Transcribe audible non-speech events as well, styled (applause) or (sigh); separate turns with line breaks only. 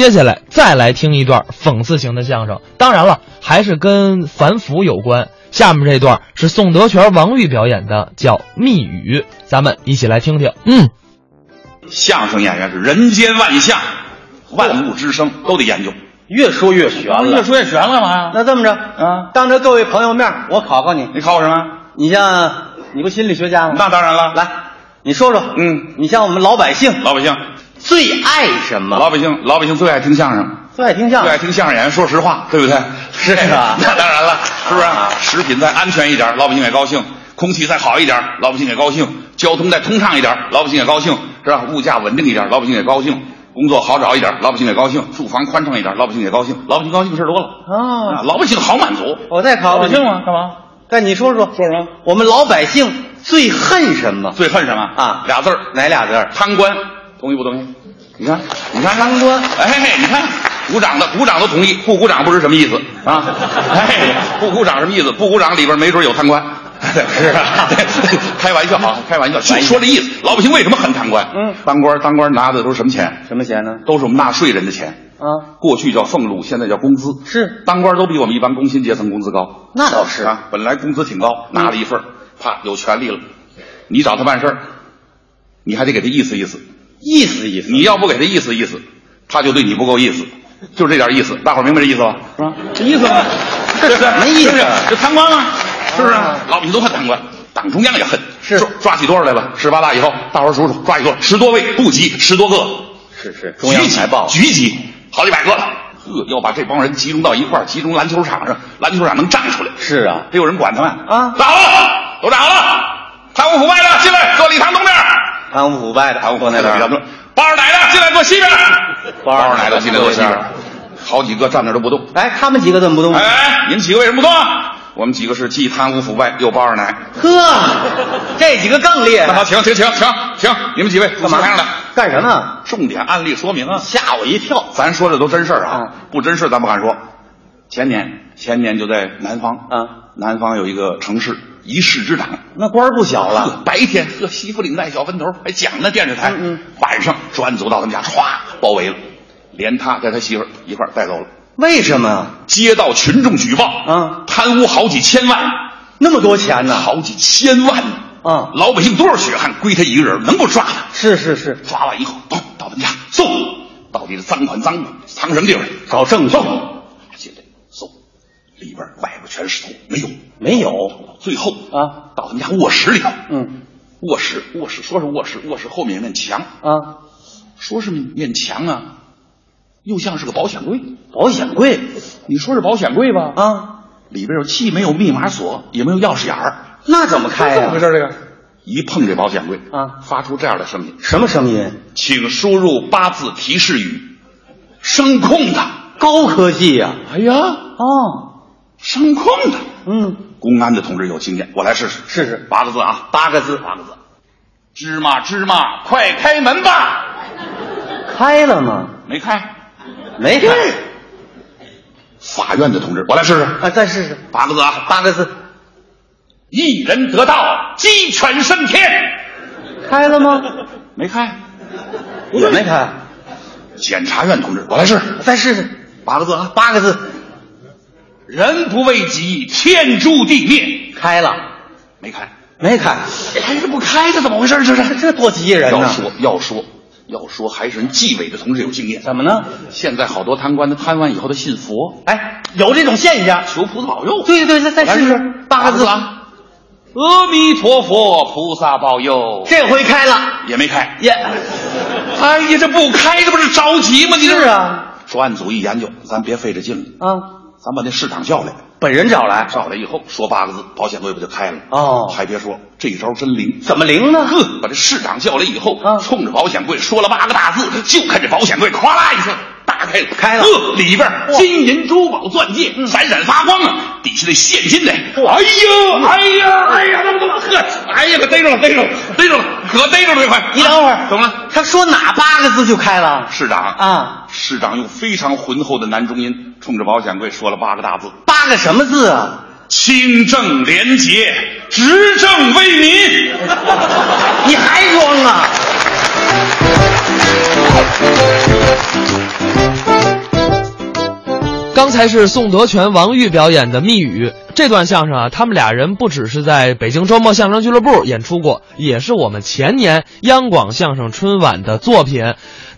接下来再来听一段讽刺型的相声，当然了，还是跟反腐有关。下面这段是宋德全、王玉表演的，叫《密语》，咱们一起来听听。
嗯，
相声演员是人间万象、万物之生都得研究。
越说越悬了，
越说越悬了嘛。
那这么着啊，当着各位朋友面儿，我考考你，
你考我什么？
你像你不心理学家吗？
那当然了，
嗯来，你说说，
嗯，
你像我们老百姓
老百姓，
嗯最爱什么？
老百姓，老百姓最爱听相声，
最爱听相
最爱
声，
听相声演员说实话，对不对？
嗯是啊
(laughs) 那当然了，是不是？食品再安全一点，老百姓也高兴；空气再好一点，老百姓也高兴；交通再通畅一点，老百姓也高兴，是吧？物价稳定一点，老百姓也高兴；工作好找一点，老百姓也高兴；住房宽敞一点，老百姓也高兴。老百姓高兴的事儿多了
啊
老百姓好满足。
我再考考你，
嘛，干嘛？
但你说说，说什么？我们老百姓最恨什么？
最恨什么
啊
俩字儿，
哪俩字儿？
贪官，同意不同意？你看，你看贪官，哎，你看鼓掌的鼓掌都同意，不鼓掌不知什么意思啊？哎，不鼓掌什么意思？不鼓掌里边没准有贪官。 (laughs) 是啊， (laughs) 开玩笑啊，开玩笑，就说这意思。老百姓为什么恨贪官？
嗯，
当官当官拿的都是什么钱？
什么钱呢？
都是我们纳税人的钱。
啊，
过去叫俸禄，现在叫工资。
是
当官都比我们一般工薪阶层工资高。
那倒是
啊，本来工资挺高，拿了一份儿，啪，有权利了，你找他办事儿，你还得给他意思意思。
意思意思。
你要不给他意思意思，他就对你不够意思，就这点意思。大伙儿明白这意思
(laughs)
吧？是
啊
吧？这意思吗？
这
对不对
什么意
嗯是
思
不是这贪官吗？是不是
啊？
老百姓都恨贪官，党中央也恨。
是
抓抓起多少来吧？十八大以后，大伙儿数数，抓起多少？十多位，不急，十多个。
是是，
中央财报局级好几百个了。呵，要把这帮人集中到一块儿，集中篮球场上，篮球场能站出来，
是啊，
得有人管他们
啊
打好了，都打好了，贪污腐败的进来，坐礼堂东边儿；
贪污腐败的，
贪污腐
坐
败
那
的
边
比较多
儿，
包二奶的进来坐西边儿；
包二奶
嗯包二奶
的
的进来坐西边儿，好几个站那儿都不动。
哎，他们几个怎么不动？
哎，你们几个为什么不动啊？我们几个是既贪污腐败又包二奶。
呵，这几个更厉
那
害
好，，停停停停停，你们几位哎干嘛台上的？
干什么？
重点案例说明啊。
吓我一跳！
咱说的都真事儿啊
啊，
不真事儿咱不敢说。前年，前年就在南方
啊，
南方有一个城市，一市之长。
那官儿不小
呵
了，，
(laughs) 白天呵西服领带小分头还讲呢电视台，
嗯嗯
晚上专案组到他们家歘包围了，连他带他媳妇儿一块儿带走了。
为什么
接到群众举报，
嗯
贪污好几千万，
那么多钱呢？
好几千万呢
嗯
老百姓多少血汗归他一个人儿，能不抓他？
是是是，
抓完以后，咚，到他们家搜，到底是赃款赃物藏什么地方？
找证据
搜，进来搜，里边外边全是头，没有。
没有
最后
啊，
到他们家卧室里头，
嗯
卧室卧室说是卧室，卧室后面有面墙，
啊，
说是面墙啊，又像是个保险柜。
保险柜
你说是保险柜吧？，
啊，
里边有既没有密码锁，也没有钥匙眼儿，
那怎么开
这么
呀
回、事儿？这个一碰这保险柜
啊
发出这样的声音，
什么声音？
请输入八字提示语，声控的。
高科技呀、
哎呀，
哦，
声控的。
嗯，
公安的同志有经验，我来试试。
试试
八个字啊，
八个字，
八个字。芝麻芝麻，快开门吧！
开了吗？
没开。
没开
嗯 (laughs) 法院的同志，我来试试。
啊，再试试
八个字啊，
八个字，
一人得道，鸡犬升天。
开了吗？
没开。
也没开，
检察院同志，我来试试。
再试试
八个字啊，
八个字，
人不为己，天诛地灭。
开了
没开。
没开？
还是不开，这怎么回事？这
这这多急人
要
呢！
说要说要说，还是人纪委的同志有经验。
怎么呢？
现在好多贪官，他贪完以后他信佛，
哎，有这种现象。
求菩萨保佑。
对对，再再
来
试
试
试八个字，
啊！阿弥陀佛，菩萨保佑。
这回开了啊
也没开。
也
(laughs) 哎呀，这不开，这不是着急吗？你这
是啊
专案组一研究，咱别费这劲了，
啊，
咱把那市长叫来，
本人找来
叫来以后说八个字，保险柜不就开了？
哦
还别说，这招真灵。
怎么灵呢？
呵，把这市长叫来以后，
啊
冲着保险柜说了八个大字，就看这保险柜咵啦一声打开了，
开了
呵，里边儿
哇嗯
金银珠宝钻戒闪闪发光啊，底下那现金呢，哎
嗯
呦，哎呀，哎呀，怎么怎么呵，哎呀，可逮着了，逮着了，逮着了，可逮着了，这块。
你等会儿，
怎么了？？
啊他说哪八个字就开了？
市长
啊，
市长用非常浑厚的男中音，冲着保险柜说了八个大字：
八个什么字啊？
清正廉洁，执政为民。
你还装啊？
刚才是宋德全、王玉表演的《密语》这段相声啊，他们俩人不只是在北京周末相声俱乐部演出过，也是我们前年央广相声春晚的作品。